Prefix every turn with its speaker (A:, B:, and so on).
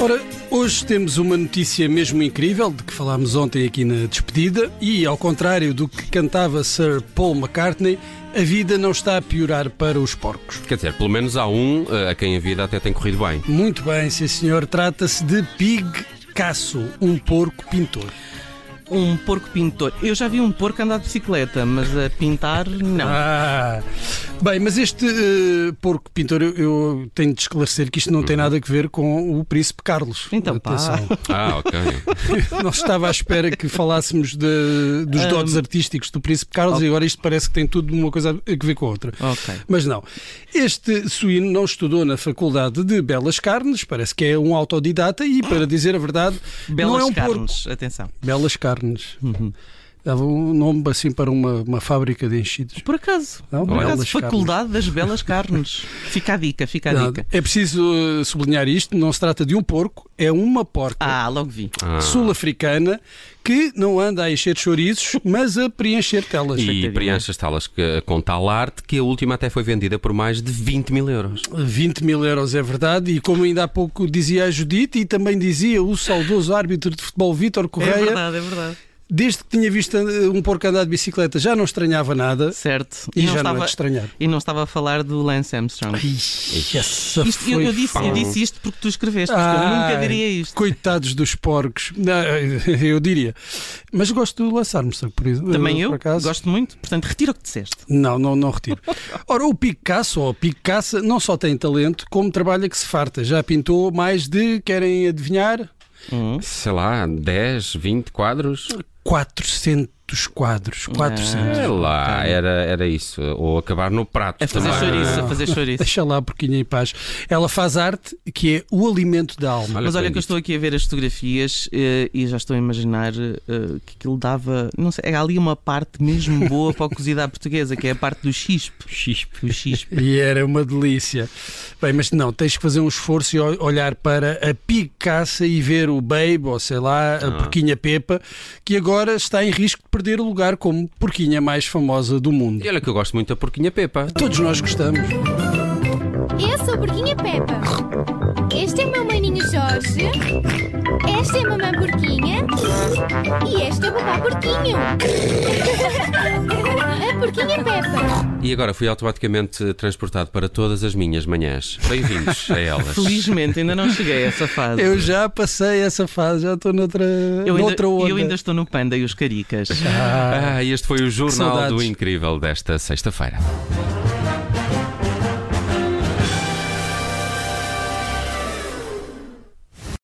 A: Ora, hoje temos uma notícia mesmo incrível de que falámos ontem aqui na despedida e ao contrário do que cantava Sir Paul McCartney, a vida não está a piorar para os porcos.
B: Quer dizer, pelo menos há um eh, a quem a vida até tem corrido bem.
A: Muito bem, sim senhor, trata-se de Pig Casso, um porco pintor.
C: Um porco pintor. Eu já vi um porco andar de bicicleta, mas a pintar, não.
A: Ah, bem, mas este eh, porco pintor, eu, eu tenho de esclarecer que isto não tem nada a ver com o príncipe Carlos.
C: Uhum. Então, pá.
B: Ah, ok.
A: Não estava à espera que falássemos de-
C: Ah.
A: dos dotes artístícos do príncipe Carlos e agora isto parece que tem tudo uma coisa a ver com a outra.
C: Ok.
A: Mas não. é Este suíno não estudou na Faculdade de Belas Carnes, parece que é um autodidata e, para dizer a verdade,
C: Belas
A: não é um porco.
C: carnes, Uhum. atenção.
A: Belas Carnes. Dava um nome assim para uma, uma fábrica de enchidos.
C: Por acaso,
A: Não, é
C: por acaso,
A: belas carnes.
C: Faculdade das Belas Carnes. Fica a dica, fica a
A: Não,
C: dica.
A: é preciso uh, sublinhar isto: não se trata de um porco, é uma porca.
C: Ah, logo vi.
A: É
B: Ah.
A: Sul-africana que não anda a encher chouriços, mas a preencher telas.
B: E preenche as talas que, com tal arte que a última até foi vendida por mais de 20 mil euros.
A: 20 mil euros é verdade, e como ainda há pouco dizia a Judite, e também dizia o saudoso árbitro de futebol Vítor
C: É
A: Correia,
C: verdade, é verdade.
A: desde que tinha visto uh, um porco andar de bicicleta já não estranhava nada
C: Certo.
A: e, já não é de estranhar.
C: e não estava a falar do Lance Armstrong.
A: Essa
C: Isto, eu,
A: foi
C: eu disse, eu
B: pão.
C: disse isto porque tu escreveste, porque eu
A: Ai,
C: nunca diria isto.
A: Coitados dos porcos, Não, eu diria. Mas gosto de lançar-me, por exemplo.
C: Também
A: por
C: eu
A: acaso.
C: gosto muito, portanto, retiro o que disseste.
A: Não, não, não retiro. Ora, o Picasso, ou Picasso, não só tem talento, como trabalha que se farta. Já pintou mais de, querem adivinhar?
C: Hum?
B: Sei lá, 10, 20 quadros?
A: 400 quadros.
C: Ah,
A: 400.
B: Sei lá, era, era isso. Ou acabar no prato.
C: A É fazer
B: também.
C: chouriço, a fazer chouriço.
A: Deixa lá, porquinha em paz. Ela faz arte, que é o alimento da alma.
B: Olha
C: Mas olha
B: bem
C: que
B: dito.
C: eu estou aqui a ver as fotografias eh, e já estou a imaginar eh, que aquilo dava. Não sei, é ali uma parte mesmo boa para a cozida à portuguesa, que é a parte do chispe.
B: Chispe.
C: O chispe.
A: E era uma delícia. Bem, mas não, tens que fazer um esforço e ol- olhar para a Picaça e ver o Babe, ou sei lá, a Porquinha Pepa, que agora está em risco de perder o lugar como porquinha mais famosa do mundo.
B: E olha que eu gosto muito da porquinha Pepa.
A: Todos nós gostamos.
D: Eu sou a Porquinha Peppa. Este é o meu maninho Jorge. Esta é a mamãe Porquinha. E este é o papá Porquinho. A Porquinha Peppa.
B: E agora fui automaticamente transportado para todas as minhas manhãs. Bem-vindos a elas.
C: Felizmente ainda não cheguei a essa fase.
A: Eu já passei essa fase, já estou noutra,
C: Eu ainda,
A: noutra onda.
C: eu ainda estou no Panda e os Caricas.
B: Ah, este foi o Jornal
A: saudades.
B: do Incrível desta sexta-feira.